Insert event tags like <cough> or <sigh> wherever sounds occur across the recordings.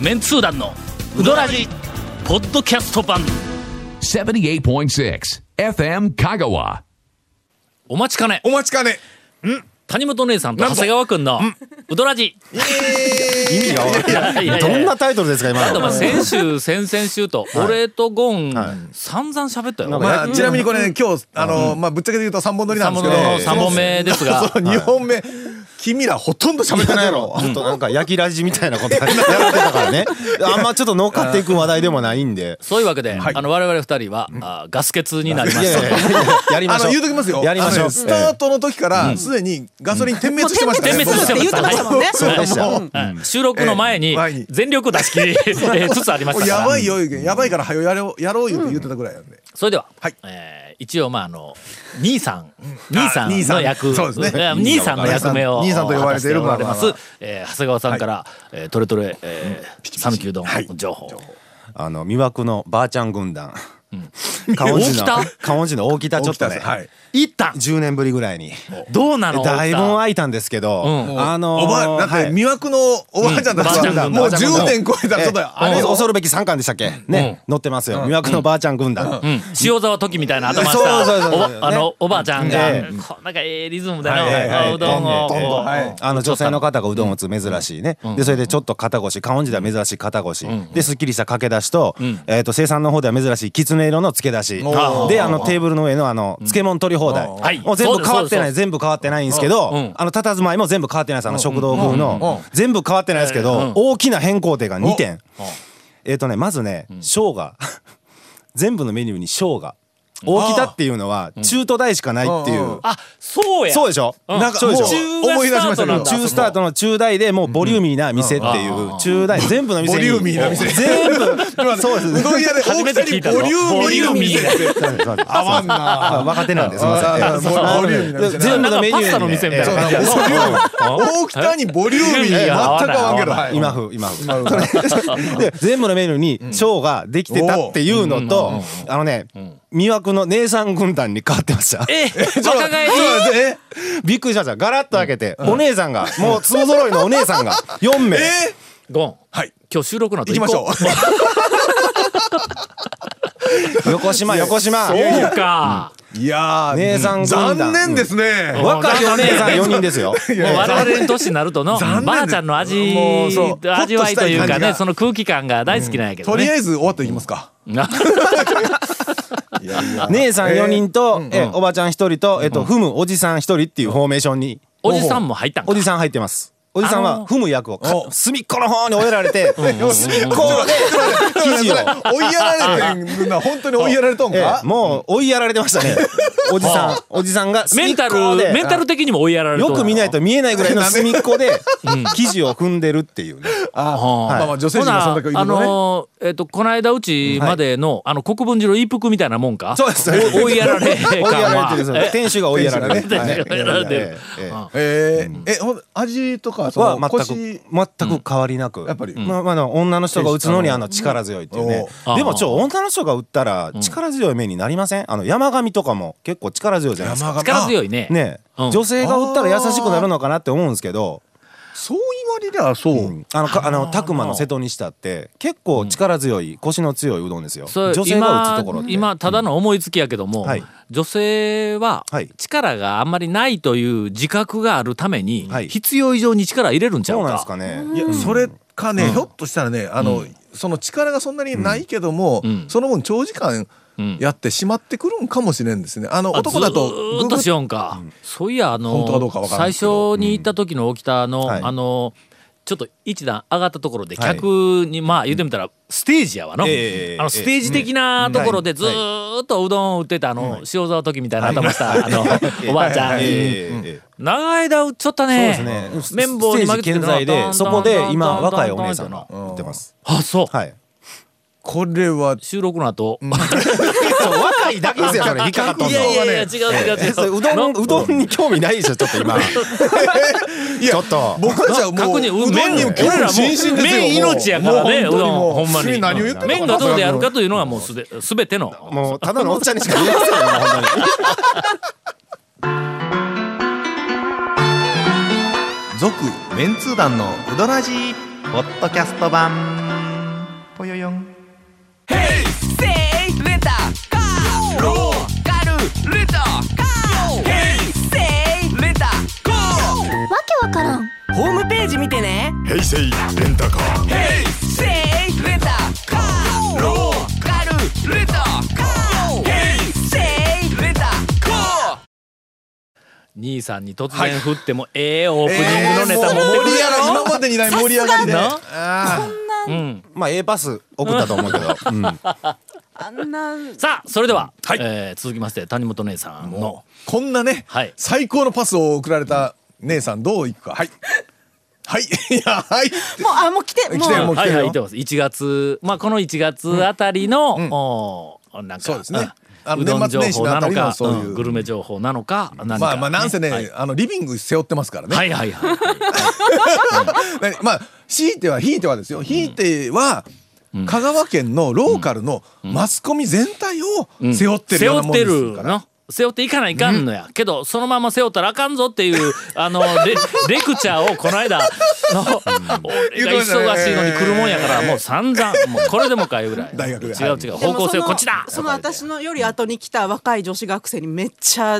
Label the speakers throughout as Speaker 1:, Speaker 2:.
Speaker 1: メンツー団のウドラジポッドキャスト版
Speaker 2: 78.6 FM Kagawa.
Speaker 1: お待ちかね
Speaker 3: お待ちかね。
Speaker 1: 谷本姉さんと長谷川くんのウドラジ
Speaker 4: 意味がわかんない
Speaker 1: いやいやいや
Speaker 4: どんなタイトルですか今
Speaker 1: あとまあ
Speaker 4: の
Speaker 1: 先週先々週と俺とゴン散々喋ったよ
Speaker 4: なんか
Speaker 3: まあ、ちなみにこれね、今日、あの、まあ、ぶっちゃけて言うと三本撮りなん
Speaker 1: 三
Speaker 3: です
Speaker 1: 本
Speaker 3: け
Speaker 1: の
Speaker 3: ど。
Speaker 1: 三本目ですが
Speaker 3: そう、 <laughs> 二本目。君らほとんど喋ってないや <laughs> ろ。
Speaker 4: ちょっとなんか焼きラジみたいなことやってたから
Speaker 3: <laughs>
Speaker 4: ねあんまちょっと乗っかっていく話題でもないんで
Speaker 1: そういうわけで、あの我々二人は、あガス欠になりま
Speaker 4: い
Speaker 1: し
Speaker 4: やいやい
Speaker 1: た。
Speaker 4: ややり
Speaker 3: あ
Speaker 4: ましょ
Speaker 3: の、
Speaker 4: う
Speaker 3: 言うときますよ。
Speaker 4: やりま
Speaker 3: あ
Speaker 4: し
Speaker 3: の
Speaker 4: ょ
Speaker 3: ね
Speaker 4: う
Speaker 3: スタートの時から、すでにガソリン点滅してましたね。
Speaker 1: 点滅してま
Speaker 3: 僕
Speaker 1: し
Speaker 3: ら
Speaker 1: た
Speaker 5: もんね。
Speaker 4: そうでした
Speaker 1: はい収録の前に
Speaker 3: ええ前に
Speaker 1: 全力を出し切りえつつありました
Speaker 3: もう
Speaker 1: か
Speaker 3: やば
Speaker 1: ら
Speaker 3: いよ、やばいから、はよやろう、やろうよって言ってたぐらいなんで。
Speaker 1: それでは、
Speaker 3: はい
Speaker 1: えー一応まああの兄さん兄さん
Speaker 3: 兄さん
Speaker 1: の役
Speaker 3: そうですね
Speaker 1: えー兄さんの役目を
Speaker 3: 兄さん兄さんと呼ばれている
Speaker 1: 果たしておられます
Speaker 3: まあまあ
Speaker 1: えー長谷川さんから、えートレトレ、えー、讃岐うどん情報、
Speaker 4: あの魅惑のばあちゃん軍団カオンジの
Speaker 1: 大北
Speaker 4: カオンジの大北ちょっと
Speaker 3: 大北
Speaker 4: ね
Speaker 3: さんはい
Speaker 1: 一旦
Speaker 4: 10年ぶりぐらいに
Speaker 1: どうなの
Speaker 4: だいぶ
Speaker 1: い
Speaker 4: 空いたんですけど
Speaker 1: うん
Speaker 4: あのー
Speaker 3: おばあ、だっ
Speaker 4: は
Speaker 3: て
Speaker 4: い
Speaker 3: 魅惑のおばあちゃんたち
Speaker 1: うんばあちゃん軍
Speaker 3: は、
Speaker 1: 団
Speaker 3: もう
Speaker 1: ばあちゃん
Speaker 3: 10年超えたら、ちょっ
Speaker 4: え
Speaker 3: と、あれ
Speaker 4: え
Speaker 3: よ。
Speaker 4: 恐るべき三巻でしたっけね載ってますよ魅惑のばあちゃん軍団
Speaker 1: うん、塩沢時みたいな頭し
Speaker 4: そう
Speaker 1: た
Speaker 4: そう
Speaker 1: お
Speaker 4: そうそう
Speaker 1: ばあのおばあちゃんが、
Speaker 4: え
Speaker 1: こうなんかええリズムでの、
Speaker 4: はいはいはい
Speaker 1: おうどんを、
Speaker 3: どんどんはい
Speaker 4: あの女性の方がうどんを打つ珍しいね、でそれでちょっと肩越しカオンジでは珍しい肩越し、ですっきりした掛け出しと,、えー、と生産の方では珍しいきつね色の漬け出し
Speaker 3: ー
Speaker 4: であのテーブルの上のあの漬物取り放題、
Speaker 1: はい
Speaker 4: もう全部変わって
Speaker 1: そうですそう
Speaker 4: な
Speaker 1: で
Speaker 4: い
Speaker 1: す
Speaker 4: 全部変わってないんですけど、
Speaker 1: うん
Speaker 4: あの佇まいも全部変わってないですあの食堂風の、全部変わってないですけど、
Speaker 1: うん
Speaker 4: 大きな変更点が2点
Speaker 1: おお
Speaker 4: えっ、とねまずね生姜 <laughs> 全部のメニューに生姜大北っていうのは中途大しかないっていう、
Speaker 1: あそうや
Speaker 4: そうでしょ、
Speaker 1: ん
Speaker 4: なんかそうでしょ
Speaker 1: 中がスタートなんだ
Speaker 4: 中スタートの中大でもうボリューミーな店っていう中大全部の店に
Speaker 3: ボリューミーな店
Speaker 4: 全部そうです
Speaker 3: うどん屋で
Speaker 1: 初めて
Speaker 3: 大
Speaker 1: 聞い
Speaker 3: き
Speaker 1: た
Speaker 3: さ
Speaker 1: の
Speaker 3: にボリューミーな店って。合わんな。
Speaker 4: あ若手なんですみません
Speaker 3: あー
Speaker 4: そう
Speaker 3: ボリューミーな店
Speaker 4: 全部のメニュー
Speaker 1: なんかパ
Speaker 4: にね
Speaker 1: スタの店みたいな感じやな
Speaker 4: そうそう
Speaker 3: 大北にボリューミー全く
Speaker 1: 合わない
Speaker 3: 合わんけどはい
Speaker 4: 今風今風 <laughs> で全部のメニューに賞ができてたっていうのとあのね魅惑の姉さん軍団に変わってました <laughs>
Speaker 3: <laughs>
Speaker 1: え若返り
Speaker 3: え
Speaker 4: びっくりしましたガラッと開けてお姉さんがもうつぼ揃いのお姉さんが4名
Speaker 3: え
Speaker 1: ゴン
Speaker 3: はい
Speaker 1: 今日収録の後
Speaker 3: 行きましょう
Speaker 1: こ
Speaker 4: 横島横島
Speaker 1: うそうか
Speaker 3: いやー
Speaker 4: 姉さん軍団
Speaker 3: 残念ですね
Speaker 4: 若いお姉さん4人ですよ
Speaker 1: もう我々の年になるとの
Speaker 3: 残念
Speaker 1: ばあちゃんの味
Speaker 3: もうそう
Speaker 1: 味わいという
Speaker 3: ほ
Speaker 1: か
Speaker 3: っとしたい感
Speaker 1: ね
Speaker 3: じが
Speaker 1: その空気感が大好きなんやけど
Speaker 3: とりあ
Speaker 1: ね
Speaker 3: えず終わっていきますかいやいや
Speaker 4: <laughs> 姉さん4人と、えおばちゃん1人と、えっと、ふむおじさん1人っていうフォーメーションに、
Speaker 1: おじさんも入ったんか
Speaker 4: おじさん入ってます。おじさん
Speaker 1: あの
Speaker 4: は
Speaker 1: ー
Speaker 4: ふむ役をか隅っこの方に追えられて、隅っこで生 <laughs> 地を、
Speaker 3: 追いやられてんな本当に追いやられとん
Speaker 4: え
Speaker 3: か
Speaker 4: もう追いやられてました <laughs> ね。おじさん、おじさんが
Speaker 1: メ
Speaker 4: 隅
Speaker 1: ン
Speaker 4: っ
Speaker 1: タ
Speaker 4: こ
Speaker 1: ルメ
Speaker 4: で
Speaker 1: ン、タル的にも追いやられる
Speaker 4: よく見ない
Speaker 1: と
Speaker 4: と見え <laughs> ないぐらいの隅っこで生地を踏んでるっていうね。
Speaker 3: あまあまあ女性
Speaker 1: ほ
Speaker 3: 陣がそん
Speaker 1: な
Speaker 3: だけいる
Speaker 1: あ
Speaker 3: のね
Speaker 1: のーえっとこの間うちまでのあの国分寺の一服みたいなもんか
Speaker 4: そうです
Speaker 1: お追いやられ感
Speaker 4: <laughs> 追いやら <laughs> れて
Speaker 1: は
Speaker 4: る。店主が追いやられてる。
Speaker 1: 店主が追いやられてる
Speaker 4: はいええええ
Speaker 3: えーえほん味とかそ
Speaker 4: は
Speaker 3: の
Speaker 4: 全く
Speaker 3: 腰
Speaker 4: 全く変わりなく、
Speaker 3: やっぱり
Speaker 4: まあまああの女の人が打つのにあの力強いっていうね
Speaker 1: うん
Speaker 4: でもちょ女の人が打ったら力強い目になりませんあの山上とかも結構力強いじゃないですか
Speaker 1: 力強
Speaker 3: い
Speaker 1: いね
Speaker 4: ねえ、
Speaker 1: うん
Speaker 4: 女性が打ったら優しくなるのかなって思うんですけど
Speaker 3: そう言われりゃそう
Speaker 4: あのかあの拓磨の瀬戸にしたって結構力強い腰の強いうどんですよ
Speaker 1: そう
Speaker 4: 女性が打つところって
Speaker 1: 今今ただの思いつきやけども、
Speaker 4: はい
Speaker 1: 女性は
Speaker 4: はい
Speaker 1: 力があんまりないという自覚があるために、
Speaker 4: はい
Speaker 1: 必要以上に力入れるんちゃ
Speaker 4: そううな
Speaker 1: か
Speaker 4: んですかね
Speaker 3: いやそれかね、ひょっとしたらねあの、その力がそんなにないけども、
Speaker 1: ん
Speaker 3: その分長時間やってしまってくるんかもしれんですねあの
Speaker 1: あ
Speaker 3: 男だと
Speaker 1: ず
Speaker 3: グ
Speaker 1: ーっ
Speaker 3: グ
Speaker 1: と
Speaker 3: ッ
Speaker 1: しよんか、そういやあ
Speaker 3: 本当かどう
Speaker 1: の
Speaker 3: かわからん
Speaker 1: 最
Speaker 3: けど
Speaker 1: 初に行った時の沖田の、
Speaker 4: はい
Speaker 1: あのちょっと一段上がったところで
Speaker 4: はい
Speaker 1: 客に、まあ言うてみたらステージやわの、
Speaker 4: ええ
Speaker 1: あのステージ的なところでずーっとうどんを売ってたあの、塩沢時みたいな頭した、あの、 <laughs> おばあちゃん、
Speaker 4: ええええええ
Speaker 1: 長い間打っちゃったね
Speaker 4: そうですね
Speaker 1: 綿棒に
Speaker 4: ステ
Speaker 1: 負
Speaker 4: ー
Speaker 1: け
Speaker 4: ジ
Speaker 1: て
Speaker 4: 健在でそこで今若いお姉さんが打ってます
Speaker 1: あそう、
Speaker 4: はい
Speaker 3: これは
Speaker 1: 収録の後、 <laughs>
Speaker 4: そう若いだけですよそれ引っかかっとんの
Speaker 1: いやいやいや違う違う違
Speaker 4: えそうううどんうどんに興味ないでしょちょっと今ちょっと
Speaker 3: 僕たちはもう
Speaker 1: 確
Speaker 3: う
Speaker 1: 認
Speaker 3: どんにも興
Speaker 1: 俺ら
Speaker 3: 味
Speaker 1: も
Speaker 3: 津々ですよ
Speaker 1: 麺命やからねうどんほんまに
Speaker 3: 何を言ってんの
Speaker 1: 麺がどうであるかというのはもうすですべての
Speaker 4: もうただのおっちゃんにしか言えませんよもう本当に
Speaker 3: 続メンツー団のうどらじ
Speaker 6: ポッドキャスト版
Speaker 1: 兄さんに突然振ってもええオープニングのネタ持ってく
Speaker 3: 盛り
Speaker 1: る
Speaker 3: 上
Speaker 1: や
Speaker 3: がり
Speaker 1: ろ
Speaker 3: 今までにない盛り上がりで
Speaker 1: さす
Speaker 3: あ
Speaker 4: まあ A パス送ったと思うけど、うん
Speaker 5: あんな
Speaker 1: さあそれでは、
Speaker 3: はい
Speaker 1: えー続きまして谷本姉さん
Speaker 3: ー
Speaker 1: の
Speaker 3: もうこんなね
Speaker 1: はい
Speaker 3: 最高のパスを送られた姉さんどういくかはいはい <laughs> いやはい
Speaker 5: もうあもう来ても
Speaker 3: 来ても
Speaker 5: う
Speaker 3: う来
Speaker 1: は
Speaker 3: て
Speaker 1: い
Speaker 3: る
Speaker 1: は
Speaker 3: よ
Speaker 1: い言ってます1月まあこの1月あたりの、おーなんか
Speaker 3: そうですね
Speaker 1: ん
Speaker 3: あの
Speaker 1: うどん
Speaker 3: 年末
Speaker 1: 情
Speaker 3: 年始
Speaker 1: 報なの
Speaker 3: の
Speaker 1: か
Speaker 3: あたりのそういう
Speaker 1: うんグルメ情報なのか何か、
Speaker 3: まあまあなんせね
Speaker 1: はい
Speaker 3: あのリビング背負ってますからね
Speaker 1: はいはいはい
Speaker 3: 何まあ強いては引いてはですよ引いては香川県のローカルのマスコミ全体を背負ってるようなもんで
Speaker 1: 背負っ
Speaker 3: す
Speaker 1: て
Speaker 3: か
Speaker 1: る
Speaker 3: ら
Speaker 1: の背負っていかないかんのや、けどそのまま背負ったらあかんぞっていうあのレレクチャーをこの間の俺が忙しいのに来るもんやからもう散々もうこれでもかいうぐらい
Speaker 3: 大学で
Speaker 1: 違う違う方向性
Speaker 5: でもそ
Speaker 1: を
Speaker 5: の
Speaker 1: こっちだ
Speaker 5: その私のより後に来た若い女子学生にめっちゃ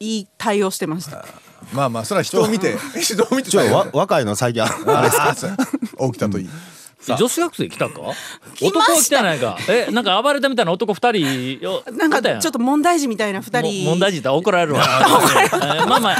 Speaker 5: いい対応してました
Speaker 3: まあまあそれは人を見て人を見て
Speaker 4: ちょ
Speaker 3: たよ
Speaker 4: わ若いの最近あ
Speaker 3: あれですか起きたといい
Speaker 1: 女子学生来たか
Speaker 5: 来ました
Speaker 1: 男は来てないかえなんか暴れたみたいな男二人を
Speaker 5: なんか
Speaker 1: 来たや
Speaker 5: ちょっと問題児みたいな二人
Speaker 1: も問題児だ怒られる
Speaker 3: <laughs>
Speaker 1: わえーまあまあ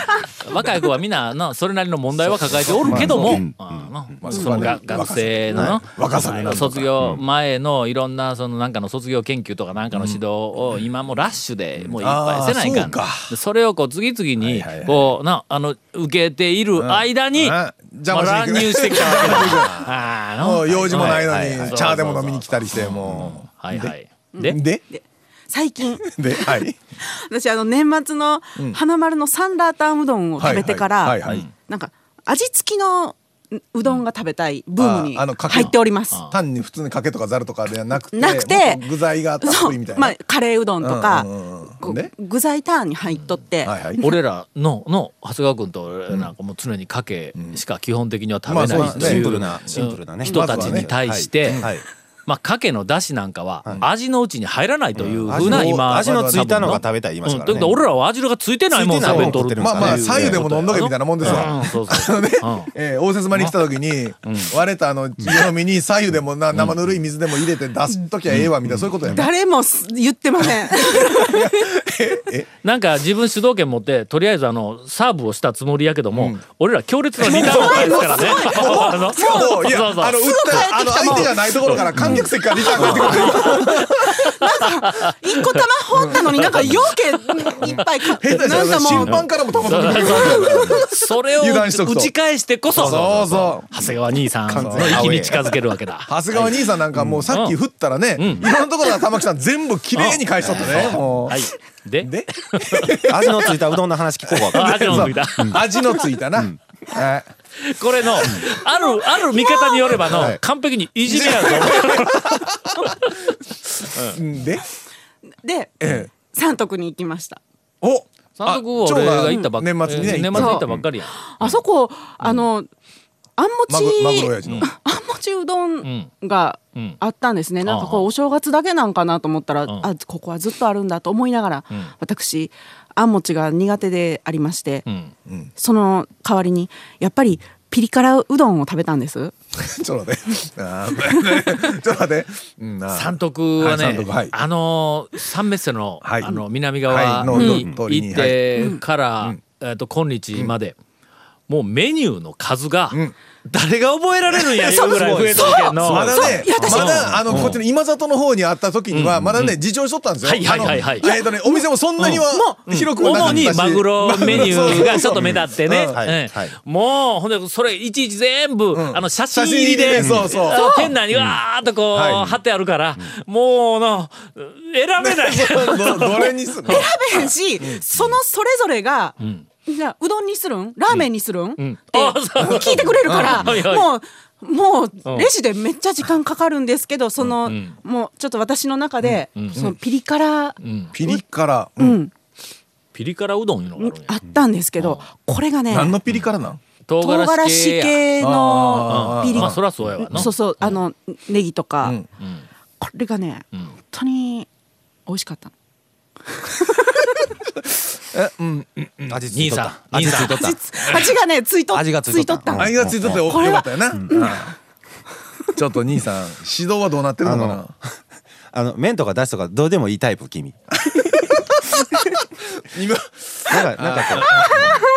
Speaker 1: 若い子はみんななそれなりの問題は抱えておるけどもあーな
Speaker 3: そ
Speaker 1: そうの
Speaker 3: ね
Speaker 1: が学生のな
Speaker 3: 若さ
Speaker 1: あ
Speaker 3: にな
Speaker 1: の
Speaker 3: ると
Speaker 1: 卒業前のいろんなそのなんかの卒業研究とかなんかの指導を今もうラッシュでもういっぱいせないか
Speaker 3: あーそ
Speaker 1: ん
Speaker 3: うか
Speaker 1: でそれをこう次々に
Speaker 3: はいはいはい
Speaker 1: こうなあの受けている間に
Speaker 3: うん
Speaker 1: まあ
Speaker 3: 邪魔しに行
Speaker 1: 乱
Speaker 3: く
Speaker 1: 入してきたわけだあーな
Speaker 3: <laughs> もう用事もないの
Speaker 4: はいはい
Speaker 1: はい
Speaker 3: にチャーでも飲みに来たりしても
Speaker 1: はいはいで
Speaker 3: うで
Speaker 5: 最近 <laughs>
Speaker 3: ではい
Speaker 5: 私あの年末の花丸のサンラータンうどんを食べてか
Speaker 3: は
Speaker 5: ら
Speaker 3: いはいはいはい
Speaker 5: なんか味付きのうどんが食べたいブームに
Speaker 3: ああのかけ
Speaker 5: 入っております
Speaker 1: あ
Speaker 3: 単に普通にかけとかざるとかではなくて
Speaker 5: なくて
Speaker 3: もっと具材がたっ
Speaker 5: そ
Speaker 3: ぷりみた
Speaker 5: う
Speaker 3: い
Speaker 5: ま
Speaker 3: な
Speaker 5: あカレーうどんとか
Speaker 3: うんうんうん
Speaker 5: こう
Speaker 3: で
Speaker 5: 具材ターンに入っとって
Speaker 3: はいはい
Speaker 1: 俺らのの長谷川君と俺らなんかもう常にかけしか基本的には食べ
Speaker 3: ま
Speaker 1: な
Speaker 3: あ
Speaker 1: い
Speaker 3: そ
Speaker 1: と
Speaker 3: う
Speaker 1: いう
Speaker 3: ですねシ
Speaker 4: ンプルなシンプルなね
Speaker 1: 人たちに対して
Speaker 4: はいはい
Speaker 1: まあかけのだしなんかは味のうちに入らないというふう
Speaker 4: 味
Speaker 1: な
Speaker 4: の
Speaker 1: 今
Speaker 4: 味のついたのが食べたい言いま
Speaker 1: う
Speaker 4: す
Speaker 1: ん
Speaker 4: か
Speaker 1: だけ
Speaker 4: ら
Speaker 1: ど
Speaker 4: ね
Speaker 1: 俺らは味がついてないもん
Speaker 4: ついてない
Speaker 1: 食
Speaker 4: も
Speaker 1: べと
Speaker 4: ん
Speaker 1: る
Speaker 4: 食ってるん
Speaker 3: まあまあ
Speaker 4: そうですね
Speaker 3: 左右でも飲んどけみたいなもんですわ
Speaker 1: うんそう
Speaker 3: あ
Speaker 1: そう
Speaker 3: のね
Speaker 1: うん、
Speaker 3: えー応接間に来た時に割れたあの湯飲みに左右でもな生ぬるい水でも入れて出す時はええわみたいなそういうことやね
Speaker 5: 誰もす言って
Speaker 3: <laughs>
Speaker 5: ません
Speaker 1: なんか自分主導権持ってとりあえずあのサーブをしたつもりやけども、俺ら強烈なリターンを返すからねあの
Speaker 3: しかもい
Speaker 1: <laughs>
Speaker 3: や
Speaker 1: そうそう
Speaker 3: あの打ったあの相手がないところから観客席からリターンが入ってくる
Speaker 5: 一個玉放ったのになんか容器いっぱ
Speaker 3: <laughs>
Speaker 5: い買
Speaker 3: 下
Speaker 5: って
Speaker 3: 手した
Speaker 5: なん
Speaker 3: ら
Speaker 5: かも
Speaker 3: 審
Speaker 5: う
Speaker 3: 判からも球飛んでくる
Speaker 1: それを
Speaker 3: 油断しとく
Speaker 1: 打
Speaker 3: と
Speaker 1: ち返してこそ
Speaker 3: そうそ
Speaker 1: 長谷川兄さんの域に近づけるわけだ。
Speaker 3: 長谷川兄さんなんかもうさっき振ったらね、いろんなところから玉木さん全部綺麗に返しとったね、もう
Speaker 1: はい、で
Speaker 3: で
Speaker 4: 味のついたうどんの話聞こうか
Speaker 1: あ味のついた
Speaker 3: そう味のついたな、はい
Speaker 1: これのあるある見方によればの、
Speaker 3: はい
Speaker 1: 完璧にいじめやぞ。
Speaker 3: うんで
Speaker 5: で
Speaker 3: ええ
Speaker 5: 三徳に行きました
Speaker 3: お
Speaker 1: <laughs> 三徳を俺が行ったばっか
Speaker 3: 年末にね、
Speaker 1: えー年末に行ったばっかりやん。
Speaker 5: あそこあのあんも
Speaker 3: マグマグロ
Speaker 5: ち
Speaker 3: 親父の、
Speaker 5: あんもちうどんが
Speaker 1: ん
Speaker 5: あったんですね、なんか
Speaker 1: あ
Speaker 5: こ
Speaker 1: あ
Speaker 5: うお正月だけなんかなと思ったら、
Speaker 1: ん
Speaker 5: あここはずっとあるんだと思いながら、私あんもちが苦手でありまして、
Speaker 1: ん
Speaker 5: その代わりにやっぱりピリ辛うどんを食べたんです
Speaker 3: <laughs> ちょっと待って <laughs> あーちょっと待って、うん、あー
Speaker 1: 三徳はね、
Speaker 3: はい三徳はい
Speaker 1: あのー三メッセの、
Speaker 3: はい
Speaker 1: あの南側
Speaker 3: はい
Speaker 1: に
Speaker 3: の通りに
Speaker 1: 行ってから、えっと今日まで、もうメニューの数が、誰が覚えられるんやいうぐらい増えてるけんの。
Speaker 3: まだね
Speaker 5: いや、私
Speaker 3: まだあのこっちの今里の方にあった時にはまだね事情しとったんですよ。
Speaker 1: はいはいはいはい
Speaker 3: あのえっとねお店もそんなには広くはなか
Speaker 1: 主
Speaker 3: ったし
Speaker 1: にマグロメニューがちょっと目
Speaker 3: っ
Speaker 1: 立ってね。
Speaker 3: うん
Speaker 4: はい
Speaker 1: ええ
Speaker 4: はい
Speaker 1: もう、ほんで、それいちいち全部、あの、写真入り
Speaker 3: 写
Speaker 1: で、
Speaker 3: 真入りでそうそう
Speaker 1: 店内にわーっとこう、
Speaker 3: はい
Speaker 1: 貼ってあるから、もう、の、選べ
Speaker 3: <laughs>
Speaker 1: ない。
Speaker 3: どどれにするの？
Speaker 5: 食べへんし、そのそれぞれが、じゃあうどんにするんラーメンにするん、
Speaker 1: ん
Speaker 5: って
Speaker 1: あそう
Speaker 5: 聞いてくれるから、
Speaker 1: はいはい
Speaker 5: もう。もうレジでめっちゃ時間かかるんですけどその、もうちょっと私の中で、そのピリ辛、
Speaker 3: ピリ辛。
Speaker 5: うん、
Speaker 1: ピリ辛うどんいうのがあるんや
Speaker 5: あったんですけど、これがね
Speaker 3: 何のピリ辛なん？
Speaker 1: 唐
Speaker 5: 唐辛子
Speaker 1: や
Speaker 5: 系の
Speaker 3: あー
Speaker 5: ピリ
Speaker 1: まあ、そりゃそうやわな。
Speaker 5: そうそうあのネギとか、
Speaker 3: うん
Speaker 5: これがね、本当に美味しかった
Speaker 4: ら <laughs> 味つ
Speaker 1: 兄
Speaker 4: いとっ
Speaker 1: さ
Speaker 4: た
Speaker 1: ん、兄さん。
Speaker 5: 味つ <laughs> 味がねついと
Speaker 4: 味がついとった
Speaker 5: ん
Speaker 3: あれがついとってよ
Speaker 5: これ
Speaker 3: か
Speaker 5: は
Speaker 3: ったよな。うんちょっと兄さん指導はどうなってるのかな。
Speaker 4: あの麺とか出汁とかどうでもいいタイプ君
Speaker 3: 今
Speaker 4: なんか、なんかこう、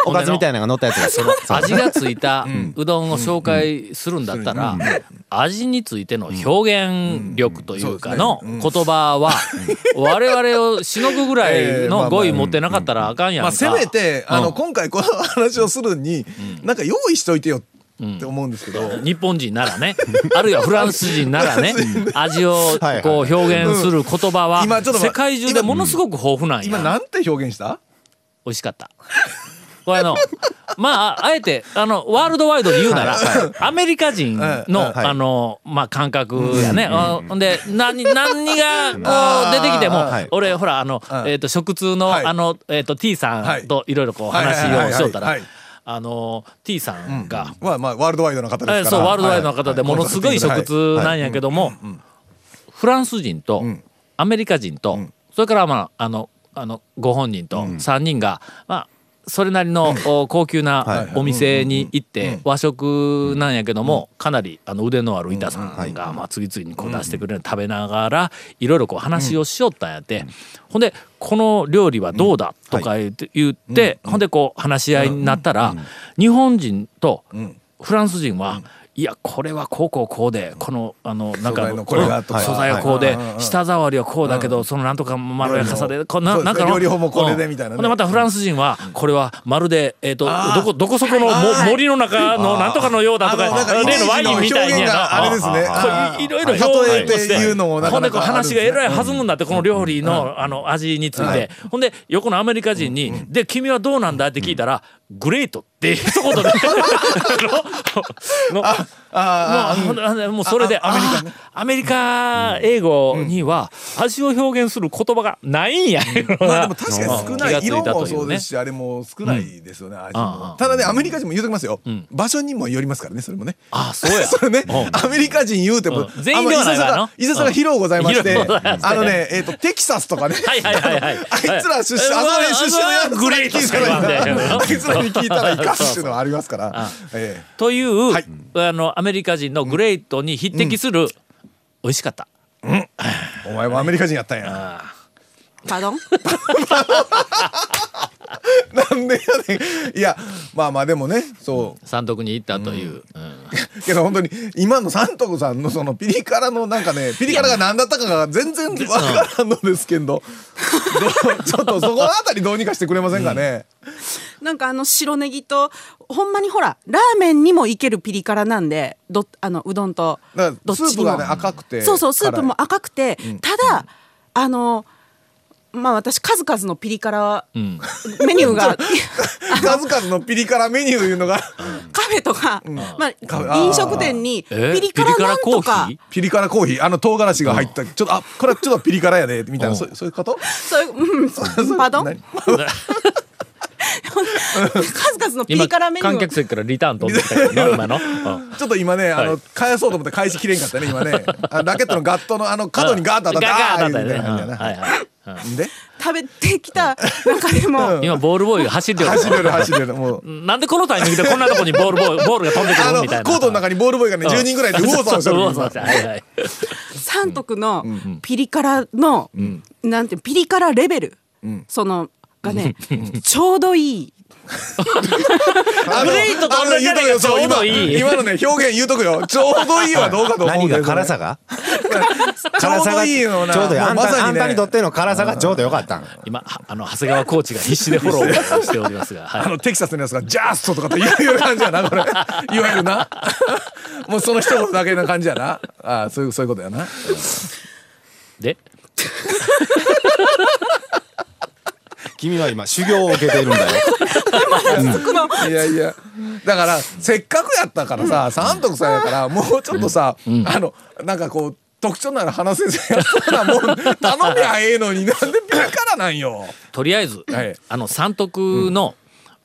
Speaker 4: おかずみたいなのが乗ったやつがその
Speaker 1: 味がついたうどんを紹介するんだったら、味についての表現力というかの言葉は我々をしのぐぐらいの語彙持ってなかったらあかんやん
Speaker 3: まあ、
Speaker 1: か。
Speaker 3: せめて、あ
Speaker 1: う
Speaker 3: の
Speaker 1: ん
Speaker 3: 今回この話をするに、なんか用意しといてよって思うんですけど、
Speaker 1: 日本人ならね <laughs> あるいはフランス人ならね味を
Speaker 4: はい
Speaker 1: こう表現する言葉は
Speaker 3: うん今ちょっと待
Speaker 1: 世界中でものすごく豊富なん
Speaker 3: 今
Speaker 1: や
Speaker 3: なんて表現した
Speaker 1: 美味しかったこれあの <laughs> まああえてあのワールドワイドで言うならアメリカ人
Speaker 3: うん
Speaker 1: の
Speaker 4: はい
Speaker 1: あのまあ感覚やねあほんで何何がこう出てきても
Speaker 4: はい
Speaker 1: 俺ほらあの
Speaker 3: ん
Speaker 1: えっと食通の
Speaker 3: はい
Speaker 1: あのえっと T さんといろいろこう
Speaker 3: はい
Speaker 1: 話をしよった
Speaker 3: は
Speaker 1: ら
Speaker 3: いはいはいはい
Speaker 1: あの T さんが
Speaker 3: まあまあワールドワイドの方ですから
Speaker 1: えそうワールドワイドの方でものすごい食通なんやけどもフランス人とアメリカ人とそれからまああのあのご本人と3人がまあそれなり <laughs> のお高級なお店に行って和食なんやけどもかなりあの腕のある板さんがまあ次々にこう出してくれるの食べながらいろいろこう話をしよったんやってほんでこの料理はどうだとか言って言ってほんでこう話し合いになったら日本人とフランス人は、いやこれはこうこうこうでこのあのなん
Speaker 3: 素
Speaker 1: か
Speaker 3: 材のこれが
Speaker 1: うん
Speaker 3: とか
Speaker 1: 素材はこう
Speaker 3: は
Speaker 1: で
Speaker 3: いはい
Speaker 1: 舌触りはこうだけどそのなんとかまろやかさ
Speaker 3: 料理
Speaker 1: で
Speaker 3: 法
Speaker 1: こうな
Speaker 3: そうですね
Speaker 1: なんかの
Speaker 3: 料理法もこれでみたい
Speaker 1: うん
Speaker 3: なね
Speaker 1: ほんでまたフランス人はこれはまるでえっと
Speaker 3: あー
Speaker 1: どこどこそこのも森の中のなんとかのようだと
Speaker 3: あのなん
Speaker 1: か
Speaker 3: かイメー
Speaker 1: 例
Speaker 3: ジ
Speaker 1: の
Speaker 3: の
Speaker 1: ワインみたいにやな
Speaker 3: 表現があれですね
Speaker 1: うん
Speaker 3: あー
Speaker 1: こういいろいろ
Speaker 3: 例
Speaker 1: 表
Speaker 3: え
Speaker 1: 現をして
Speaker 3: 言うのもな
Speaker 1: ほ
Speaker 3: か
Speaker 1: んで
Speaker 3: な
Speaker 1: こう
Speaker 3: かあるん
Speaker 1: 話
Speaker 3: です
Speaker 1: が
Speaker 3: ね
Speaker 1: えらい弾むんだってこの料理のあの味についてほんで横のアメリカ人に「で君はどうなんだ?」って聞いたら「グレート」って一言でのの
Speaker 3: <laughs> あ
Speaker 1: もうほんでもうそれでアメリカ、アメリカ英語には味を表現する言葉がないんや、
Speaker 3: あまあでも確かに少な
Speaker 1: 気が
Speaker 3: い
Speaker 1: ついた
Speaker 3: 色
Speaker 1: というね
Speaker 3: もそうですしあれも少ないですよね味
Speaker 1: ああ
Speaker 3: もただねアメリカ人も言うときますよ場所にもよりますからねそれもね
Speaker 1: あそうや
Speaker 3: <laughs> それねアメリカ人言うても
Speaker 1: うん全員ではないわ
Speaker 3: あ
Speaker 1: な
Speaker 3: の伊勢さんが広うございまして
Speaker 1: うん広うございまして
Speaker 3: あのねえっとテキサスとかね
Speaker 1: はいはいはいはい
Speaker 3: <laughs> あいつら出身、
Speaker 1: はい
Speaker 3: あのね出身のやつ
Speaker 1: あのグレートしか言わんで
Speaker 3: あいつらに聞いたらいかんっていうのはありますから。え
Speaker 1: という、
Speaker 3: はい
Speaker 1: あのアメリカ人のグレートに匹敵する、美味しかった
Speaker 3: えお前はアメリカ人やったんや。
Speaker 5: パドン <laughs>
Speaker 3: なんでやねん。いや、まあまあでもね、そう。
Speaker 1: 三徳に行ったという、うん
Speaker 3: けど本当に、今の三徳さんのそのピリ辛のなんかね、ピリ辛が何だったかが全然わからんのですけど、どうちょっとそこのあたりどうにかしてくれませんかね。
Speaker 5: なんかあの白ネギとほんまにほらラーメンにもいけるピリ辛なんでどあのうどんと
Speaker 3: だか
Speaker 5: ど
Speaker 3: ら
Speaker 5: っち
Speaker 3: スープ
Speaker 5: にも
Speaker 3: がね、赤くて。
Speaker 5: そうそうスープも赤くてただあのまあ私数々のピリ辛メニュー
Speaker 3: <laughs>
Speaker 5: が
Speaker 3: 辛い。数々のピリ辛メニューいうの
Speaker 5: <laughs>
Speaker 3: が、
Speaker 5: カフェとか、ま
Speaker 3: カフェ
Speaker 5: あ、
Speaker 3: あー
Speaker 5: 飲食店にピ
Speaker 1: え
Speaker 5: リ辛なん
Speaker 1: ピリ辛コ
Speaker 5: とか
Speaker 1: ーヒー
Speaker 3: ピリ辛コーヒー、あの唐辛子が入った、ちょっと、あ、これはちょっとピリ辛やで、みたいな、そうそういうこと
Speaker 5: そういう、うん、パドン
Speaker 3: 何
Speaker 5: 数々のピ
Speaker 1: 今
Speaker 5: リ辛メニュー
Speaker 1: 観客席からリターン飛んできたけどな今の、うん
Speaker 3: ちょっと今ね、あの、返そうと思って返しきれんかったね、今ね。あラケットのガットのあの角にガーッと当たって、
Speaker 1: ガーッと当た
Speaker 3: あー
Speaker 1: ったよね
Speaker 3: 言うてみたいな
Speaker 1: はいは
Speaker 3: 感
Speaker 1: い
Speaker 3: じだな。で、
Speaker 5: 食べてきた中でも、
Speaker 1: 今ボールボーイが走ってる
Speaker 3: 走れる走れる、もう。
Speaker 1: なんでこのタイミングでこんなとこにボールボ
Speaker 3: <laughs>
Speaker 1: ーイボールが飛んでく
Speaker 3: あ
Speaker 1: る
Speaker 3: の、
Speaker 1: みたいな
Speaker 3: コートの中にボールボーイがね、10人ぐらいで、ウォーサーをして
Speaker 1: そ
Speaker 3: る
Speaker 1: うそうウォーサーしてはいはい
Speaker 5: 三徳のピリ辛の、なんてピリ辛レベル、そのがねちょうどいい
Speaker 3: あの
Speaker 1: グレートと
Speaker 3: あの
Speaker 1: 同じや
Speaker 3: 言う
Speaker 1: つ
Speaker 3: とく
Speaker 1: ちょう
Speaker 3: よ、そう、
Speaker 1: ど
Speaker 3: 今、
Speaker 1: いい
Speaker 3: 今のね、表現言うとくよ。ちょうどいいはどうかと思う
Speaker 4: 何
Speaker 3: けど
Speaker 4: が
Speaker 3: ね。
Speaker 4: 辛さが
Speaker 3: <laughs> ちょうどいい
Speaker 4: ちょ
Speaker 3: よ
Speaker 4: う
Speaker 3: な。
Speaker 4: どいい
Speaker 3: もう
Speaker 4: あん
Speaker 3: ま
Speaker 4: たあ
Speaker 3: さ
Speaker 4: ん
Speaker 3: に
Speaker 4: たにとっ
Speaker 3: ね、
Speaker 4: ての辛さがちょうどよかったん
Speaker 1: 今はあの長谷川コーチが必死でフォローをしておりますが、はい
Speaker 3: あの、テキサスのやつが、ジャーストとかっていう感じやな、これ。いわゆるな。もうその一言だけな感じやな。あーそういう、そういうことやな。
Speaker 1: で
Speaker 4: 君は今修行を受けているんだよ
Speaker 3: いやいやだからせっかくやったからさ三徳さんやからもうちょっとさ、あのなんかこう特徴のある花先生やったらもう頼みゃええのになんでピリ辛なんよ。
Speaker 1: とりあえず、
Speaker 3: はい
Speaker 1: あの三徳の、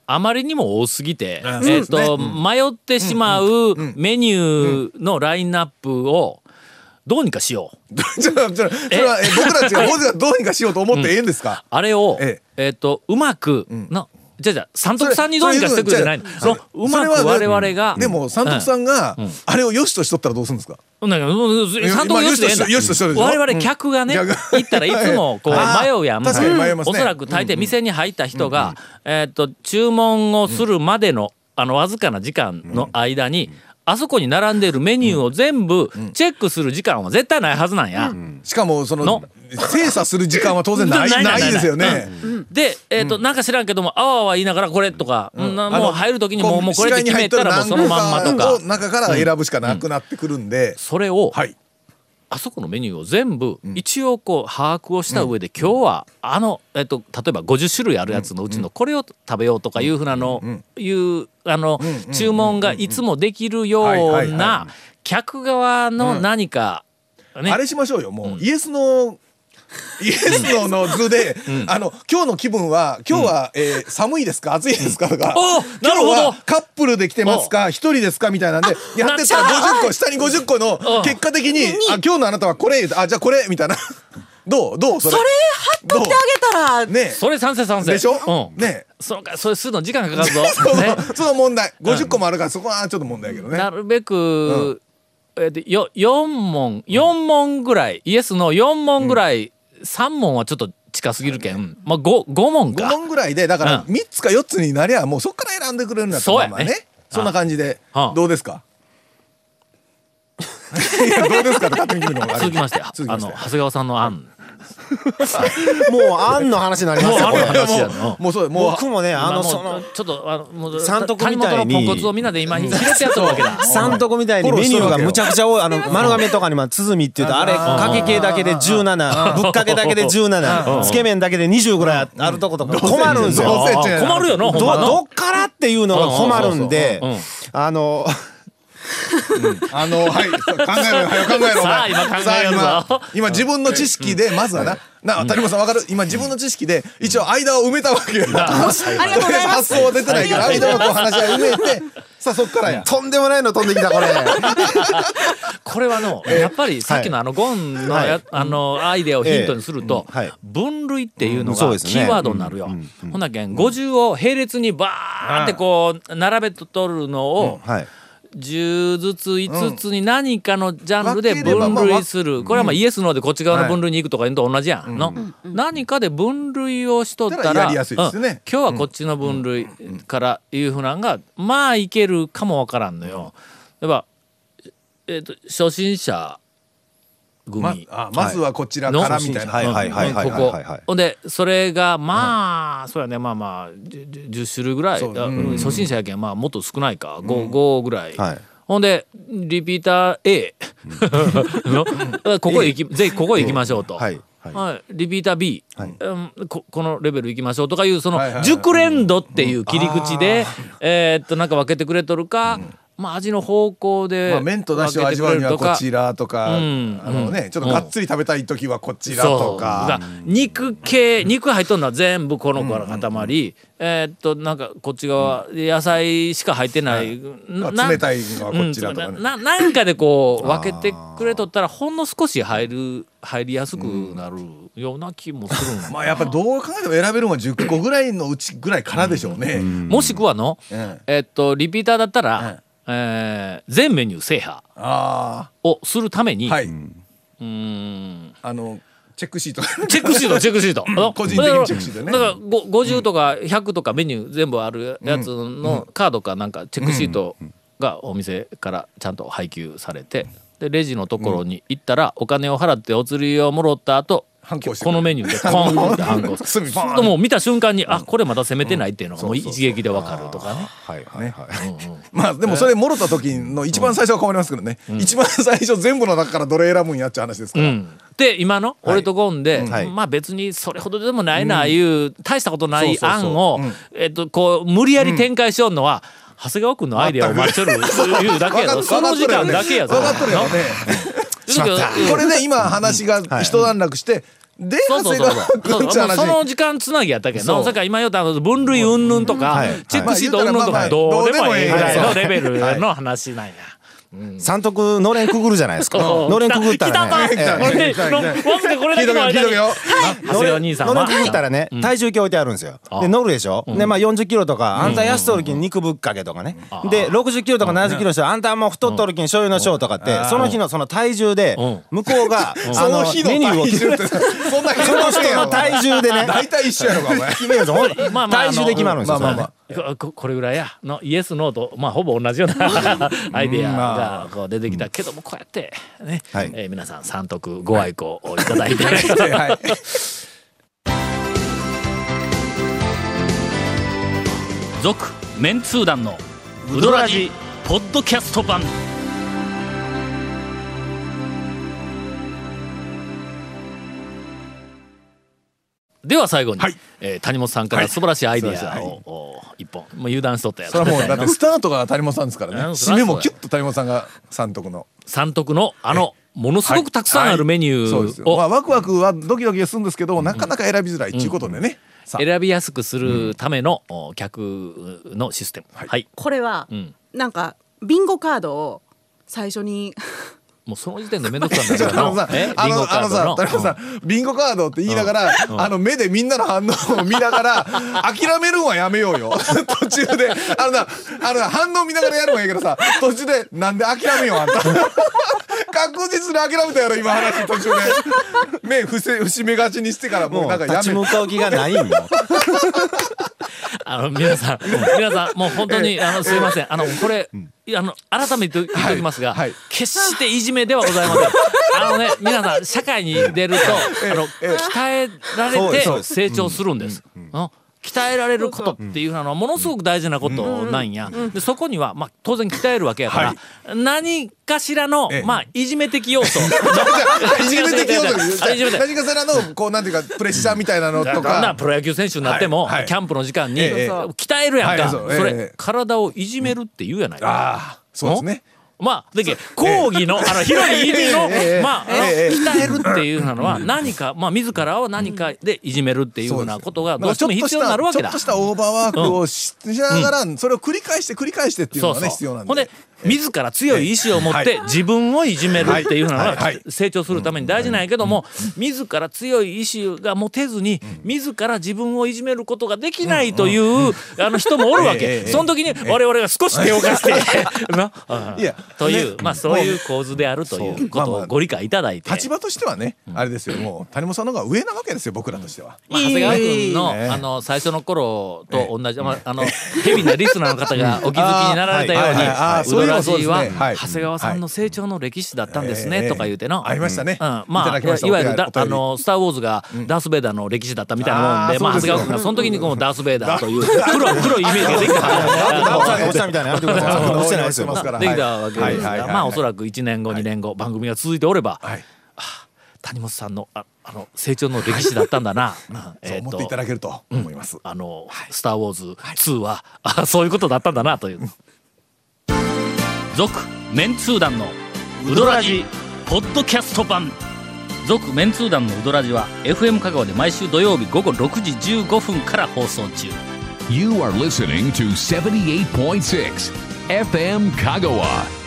Speaker 1: あまりにも多すぎて、
Speaker 3: うん
Speaker 1: えっ、と、迷ってしまううメニューのラインナップをどうにかしよう。
Speaker 3: ちょっとちょっとそれはえ僕たちが僕たちがどうにかしようと思ってええんですか、
Speaker 1: あれを、え
Speaker 3: え
Speaker 1: っ、と、うまく、の、じゃじゃ三徳さんにどうにかしてくれじゃないのそのうまく我々が
Speaker 3: でも三徳さんがあれを良しとしとったらどうするんですか
Speaker 1: うんなんかうん三徳よしでええんだ
Speaker 3: まあよしとしよしとしよしとしよ
Speaker 1: 我々客がね
Speaker 3: うん
Speaker 1: 行った
Speaker 3: <laughs>
Speaker 1: らいつもこう
Speaker 3: あー
Speaker 1: 迷うやん
Speaker 3: 確かに迷いますね
Speaker 1: おそらく大抵店に入った人がえーっと注文をするまでのあのわずかな時間の間にあそこに並んでいるメニューを全部チェックする時間は絶対ないはずなんや。
Speaker 3: しかもその
Speaker 1: の
Speaker 3: 精査する時間は当然ない
Speaker 1: ないないない
Speaker 3: ないですよね
Speaker 1: で、えーとなんか知らんけどもあわあわ言いながらこれとか、なもう入る時にもうもうこれって決めたらもうそのまんまとか
Speaker 3: を中から選ぶしかなくなってくるんで、
Speaker 1: それを、
Speaker 3: はい
Speaker 1: あそこのメニューを全部、一応こう把握をした上で、今日はあの、えっと、例えば50種類あるやつのうちのこれを食べようとかいうふうなの、いうあの、注文がいつもできるような、
Speaker 3: はいはいは
Speaker 1: 客側の何か、ね
Speaker 3: あれしましょうよもう、イエスのイエスのの図で、あの今日の気分は今日は、えー寒いですか暑いですかとか、
Speaker 1: おーなるほど
Speaker 3: 今日はカップルで来てますか一人ですかみたいなんでやってったら50個下に50個の
Speaker 1: うん
Speaker 3: 結果的に「あ今日のあなたはこれ」あじゃあこれみたいなどうどうそれ
Speaker 5: それ貼っとってあげたら、
Speaker 3: ね
Speaker 1: それ賛成賛成
Speaker 3: でしょ、
Speaker 1: うん
Speaker 3: ね
Speaker 1: そうかそれするの時間かかるぞ、ね、
Speaker 3: <laughs> その問題50個もあるからそこはちょっと問題やけどね
Speaker 1: なるべく、えっとよ4問4問ぐらい、イエスの4問ぐらい、3問はちょっと近すぎるけん、まあ、5, 五問
Speaker 3: 5
Speaker 1: か。
Speaker 3: 問ぐらいでだから
Speaker 1: うん
Speaker 3: 3つか4つになりゃもうそっから選んでくれるんだった
Speaker 1: そうや
Speaker 3: ら
Speaker 1: ね
Speaker 3: まあねそんな感じで
Speaker 1: うん
Speaker 3: どうですかいやどうですかって勝手に決めるのもあれ
Speaker 1: 続きまして、あ
Speaker 3: 続き
Speaker 1: あ
Speaker 3: まし
Speaker 1: の
Speaker 3: て
Speaker 1: 長谷川さんの案。
Speaker 4: もうあんの話になりますよ
Speaker 1: もう
Speaker 4: こ
Speaker 1: あんの
Speaker 4: れ
Speaker 1: 話やの
Speaker 3: もうもうそうも
Speaker 4: 僕もねあ
Speaker 1: まあ
Speaker 4: の
Speaker 1: もう
Speaker 4: その
Speaker 1: ちょっとあのもう
Speaker 4: 三徳みたいに
Speaker 1: 谷本のポンコツをみんなで今に拾ってやってるわけ
Speaker 4: <laughs>
Speaker 1: だ。
Speaker 4: 三徳みたいにメニューがむちゃくちゃ多いあの丸亀とかにまあ鼓っていうとあれかけ系だけで17ぶっかけだけで17つけ麺だけで20ぐらいあるとことか困るんです
Speaker 3: どう
Speaker 4: よ
Speaker 3: せ
Speaker 1: あー困るよな、ほ
Speaker 4: ど
Speaker 1: んまな
Speaker 4: どっからっていうのが困るんで
Speaker 1: うんうん
Speaker 4: あの
Speaker 3: うあのはいそう考えろよ早く考えろお前
Speaker 1: さあ今考えようぞ
Speaker 3: さあ今今自分の知識でまずはなな谷本さんわかる今自分の知識で一応間を埋めたわけよ
Speaker 5: ありがとうございます
Speaker 3: 発想は出てないけど間をこう話し合い埋めてさあそっからや
Speaker 4: とんでもないの飛んできたこれ
Speaker 1: これはの、やっぱりさっきのあのゴンのや、
Speaker 4: はい
Speaker 1: あのアイデアをヒントにすると、
Speaker 4: ええうんはい
Speaker 1: 分類っていうの
Speaker 4: うんそう
Speaker 1: が
Speaker 4: ですね
Speaker 1: キーワードになるよ。ほんなけん50を並列にバーってこう並べと取るのを、
Speaker 4: はい
Speaker 1: 10ずつ5つに何かのジャンルで
Speaker 3: 分ければ
Speaker 1: 分
Speaker 3: まあ
Speaker 1: 類する、これはまあイエスノーでこっち側の分類に行くとかいうのと同じやん、の、何かで分類をしとったら
Speaker 3: たらやりやすいですね
Speaker 1: うん今日はこっちの分類からいうふうなんがまあいけるかもわからんのよ。やっぱ、えっと初心者組、
Speaker 3: まあまずはこちらからみたいな
Speaker 4: はいはいはいは
Speaker 1: こ
Speaker 4: いはい
Speaker 1: こ
Speaker 4: はいはい
Speaker 1: ほんでそれがまあ、そうやねまあまあじゅじゅ 10, 種類ぐらい、
Speaker 3: そう
Speaker 1: あ
Speaker 3: うん
Speaker 1: 初心者やけんまあもっと少ないか 5,、5ぐらい、
Speaker 4: はい
Speaker 1: ほんでリピーター A <laughs> のここへ行きぜひここへ行きましょうと、
Speaker 4: はいは
Speaker 1: は
Speaker 4: い
Speaker 1: いリピーター B、
Speaker 4: はい
Speaker 1: うん、ここのレベル行きましょうとかいうその
Speaker 3: はいはいはい
Speaker 1: 熟練度っていう切り口で、えーっとなんか分けてくれとるか、まあ味の方向で
Speaker 3: まあ、麺とだしを味わうにはこちらとか、
Speaker 1: うん
Speaker 3: あのねちょっとがっつり食べたい時はこちら
Speaker 1: そう
Speaker 3: と
Speaker 1: だ
Speaker 3: か
Speaker 1: から肉系肉入っとるのは全部この子の塊、えーっとなんかこっち側野菜しか入ってない、な
Speaker 3: まあ冷たいのはこちらとか
Speaker 1: うん
Speaker 3: ね、
Speaker 1: ななんかでこう分けてくれとったらほんの少し入る入りやすくなるような気もするんだ
Speaker 3: まあやっぱどう考えても選べるのは10個ぐらいのうちぐらいからでしょう
Speaker 1: <laughs>
Speaker 3: ね、
Speaker 1: もしくはの、
Speaker 3: うん
Speaker 1: えっとリピーターだったら、
Speaker 3: うん
Speaker 1: えー全メニュー制覇
Speaker 3: あ
Speaker 1: をするために、
Speaker 3: あはいう
Speaker 1: ーん
Speaker 3: あのチェックシート
Speaker 1: チェックシートチェックシートあの
Speaker 3: 個人的にチェックシートね
Speaker 1: だからご50とか100とかメニュー全部あるやつのカードかなんかチェックシートがお店からちゃんと配給されてでレジのところに行ったらお金を払ってお釣りをもろった後
Speaker 3: 反抗して
Speaker 1: こ
Speaker 3: くれる
Speaker 1: のメニューでコーンって反
Speaker 3: <laughs>
Speaker 1: 抗す
Speaker 3: 隅
Speaker 1: る
Speaker 3: にパーン
Speaker 1: ともう見た瞬間にあこれまだ攻めてないっていうのがもう一撃でわかるとかね
Speaker 4: はいはいはい
Speaker 3: まあでもそれもろた時の一番最初は困りますけどね、一番最初全部の中からどれ選ぶんやっちゃう話ですから、
Speaker 1: で今の俺とゴンで、
Speaker 4: はい
Speaker 1: まあ別にそれほどでもないなあいう、大したことない
Speaker 3: そうそうそう
Speaker 1: 案をえっとこう無理やり展開しようのは、長谷川君のアイデアを待ちょるいうだけや
Speaker 3: 分か
Speaker 1: ぞ
Speaker 3: っ
Speaker 1: その時間だけやぞ。
Speaker 3: 分かっとるよね
Speaker 1: 言うとくけど
Speaker 3: これね今話が一段落して、で
Speaker 1: そう
Speaker 3: 長
Speaker 1: そう
Speaker 3: 谷
Speaker 1: そうそ
Speaker 3: 川
Speaker 1: う。
Speaker 3: 君
Speaker 1: もう
Speaker 3: って話
Speaker 1: その時間つなぎやったけど、さっき今言ったあの分類云々とか、
Speaker 4: い
Speaker 1: チェックシート云々と
Speaker 3: ま
Speaker 1: か
Speaker 3: あ
Speaker 1: どうでも
Speaker 3: どうでも
Speaker 1: い
Speaker 3: い
Speaker 1: い
Speaker 3: い
Speaker 1: ぐらい
Speaker 3: は
Speaker 1: の
Speaker 3: い
Speaker 1: レベルの話なんや。
Speaker 4: 三徳のれんくぐるじゃないですか。のれんくぐったらね。
Speaker 1: 来たかこれでのわずかこれ
Speaker 3: 聞
Speaker 1: だ
Speaker 3: い
Speaker 1: け
Speaker 3: とけ
Speaker 1: の
Speaker 3: よ聞
Speaker 1: 間に
Speaker 3: いとけよ
Speaker 1: 長谷川兄さん
Speaker 4: 乗れ
Speaker 1: は
Speaker 4: くぐったらね、体重計置いてあるんですよ。で、乗るでしょで、まあ40キロとか、あんた安とるきに肉ぶっかけとかね。で、60キロとか70キロして、あんたもう太っとるきに醤油の醤とかって、その日のその体重で
Speaker 1: うん、
Speaker 4: 向こうが、あ
Speaker 3: その日の
Speaker 4: メニューを
Speaker 3: 体
Speaker 4: 決
Speaker 3: 重
Speaker 4: め
Speaker 3: ってそんな
Speaker 4: その人の体重でね、
Speaker 3: 大体一緒やろかお前
Speaker 4: 決めるんですよほんと
Speaker 1: まあまああの
Speaker 4: 体重で決まるんですよ。
Speaker 3: まあまあまあ
Speaker 1: こここれぐらいやのイエスノーと、まあ、ほぼ同じよう
Speaker 3: <laughs>
Speaker 1: なアイデアがこう出てきたけどもこうやって、ね
Speaker 4: はい
Speaker 1: えー皆さん三徳ご愛顧をいただいて、
Speaker 3: はい
Speaker 1: <laughs> 続メンツー団のウドラジポッドキャスト版では最後に、えー谷本さんから素晴らしいアイディアをお一本もう油断しとったや
Speaker 3: <laughs> それはもうだってスタートが谷本さんですからね
Speaker 1: うん
Speaker 3: 締めもキュッと谷本さんが三徳の
Speaker 1: 三徳のあのものすごくたくさんあるメニュ
Speaker 3: そうです
Speaker 1: ー
Speaker 3: よまあ
Speaker 1: を
Speaker 3: ワクワクはドキドキするんですけどなかなか選びづらいっていうことでねさあ
Speaker 1: 選びやすくするためのお客のシステムはい
Speaker 5: これは、
Speaker 1: ん
Speaker 5: なんかビンゴカードを最初に
Speaker 1: もうその時点で面倒く
Speaker 3: <laughs>
Speaker 1: さいん
Speaker 3: ちょ
Speaker 1: だ
Speaker 3: っ
Speaker 1: け
Speaker 3: とあ
Speaker 1: どえリン
Speaker 3: のさあ
Speaker 1: ゴ
Speaker 3: の
Speaker 1: カ
Speaker 3: あ
Speaker 1: ード
Speaker 3: のさ
Speaker 1: の
Speaker 3: 谷本さんビンゴカードって言いながらあの目でみんなの反応を見ながら諦めるんはやめよう <laughs> よ途中であのなあのな反応見ながらやるんはやけどさ途中でなんで諦めようあんた <laughs> 確実に諦めたやろ今話途中で目伏せ伏し目がちにしてからもう
Speaker 4: も
Speaker 3: なんか
Speaker 4: う立
Speaker 3: や
Speaker 4: ち
Speaker 3: め
Speaker 4: 向かう気が <laughs> ないんよ。
Speaker 1: あの皆さん、皆さん、もう本当に、あの、すいません、あの、これ、あの、改めて言っときますが、
Speaker 3: はいはい
Speaker 1: 決していじめではございません。あのね、皆さん、社会に出ると、あの、鍛えら
Speaker 4: そ
Speaker 1: れ
Speaker 4: うですそう
Speaker 1: て
Speaker 4: です
Speaker 1: 成長するんです。あの鍛えられることっていうのはものすごく大事なことなんや。でそこにはまあ当然鍛えるわけやから、何かしらの
Speaker 3: ええ
Speaker 1: まあいじめ的要素、
Speaker 3: <laughs> いじめてきようという
Speaker 1: あいじめて
Speaker 3: 何かしらのこうなんていうかプレッシャーみたいなの
Speaker 1: だ
Speaker 3: と
Speaker 1: からな
Speaker 3: か
Speaker 1: プロ野球選手になっても、
Speaker 3: はいはい
Speaker 1: キャンプの時間に、
Speaker 3: ええ
Speaker 1: 鍛えるやんか、
Speaker 3: はいそうええ
Speaker 1: それ、
Speaker 3: ええ
Speaker 1: 体をいじめるって言うやないか、
Speaker 3: ああそうですね
Speaker 1: まあだけど講義の、あの広い意味の、まああの鍛えるっていうのは何か、まあ自らを何かでいじめるっていうようなことがどうしても必要になるわけだ
Speaker 3: ちょっとしたオーバーワークをし,、ながらそれを繰り返して繰り返してっていうの
Speaker 1: そう
Speaker 3: がね
Speaker 1: そう
Speaker 3: 必要なんで
Speaker 1: ほんで自ら強い意志を持って自分をいじめるっていうの
Speaker 3: はいは
Speaker 1: はい成長するために大事なんやけども自ら強い意志が持てずに自ら自分をいじめることができないというあの人もおるわ
Speaker 3: えええ
Speaker 1: け
Speaker 3: え
Speaker 1: その時に我々が少し手を貸して <laughs> なうん
Speaker 3: いや
Speaker 1: という
Speaker 3: ね
Speaker 1: まあそういう構図であるということ
Speaker 3: そうまあま
Speaker 1: を
Speaker 3: あ
Speaker 1: ご理解いただいて
Speaker 3: 立場としてはね、あれですよもう谷本さんの方が上なわけですよ僕らとしては。
Speaker 1: まあ、長谷川君の,、
Speaker 3: ええ
Speaker 1: あの最初の頃と同じ、まあ、あのヘビーなリスナーの方がお気づきになられたように
Speaker 3: <laughs> あーはいはいあー
Speaker 1: 「ウドラジ
Speaker 3: そう
Speaker 1: ー
Speaker 3: いえばそう
Speaker 1: は
Speaker 3: ですねはい
Speaker 1: 長谷川さんの成長の歴史だったんですね」
Speaker 3: ええ
Speaker 1: とか言うての。
Speaker 3: ありましたね。
Speaker 1: うん、まあ
Speaker 3: いただきました
Speaker 1: いわゆるだ
Speaker 3: お便
Speaker 1: あ
Speaker 3: り
Speaker 1: の「スター・ウォーズ」がダース・ベイダーの歴史だったみたいなもんで、
Speaker 3: あー
Speaker 1: まあ、
Speaker 3: そ
Speaker 1: 長
Speaker 3: うで
Speaker 1: 谷川
Speaker 3: すよ
Speaker 1: 君がその時にこのダース・ベイダーという
Speaker 3: <laughs>
Speaker 1: 黒い黒いイメージができた
Speaker 4: おっさんがおっさんみたいなのやってくだ <laughs> さい。
Speaker 3: あの
Speaker 4: 落ちてないです
Speaker 3: 落ちてます。
Speaker 4: よ
Speaker 3: から
Speaker 1: できたわけです
Speaker 3: はいはい
Speaker 1: が
Speaker 3: はい
Speaker 1: まあおそらく1年後2年後番組が続いておれば
Speaker 3: はい
Speaker 1: 谷本さんのああの成長の歴史だったんだな。うん
Speaker 3: そう
Speaker 1: えー
Speaker 3: 思
Speaker 1: と
Speaker 3: っていただけると思います。
Speaker 1: あの、スター・ウォーズ2は、あそういうことだったんだなという。続、メンツー団のウドラジ、ポッドキャスト版。続、メンツー団のウドラジは、FM 香川で毎週土曜日午後6時15分から放送中。
Speaker 2: You are listening to 78.6 FM Kagawa.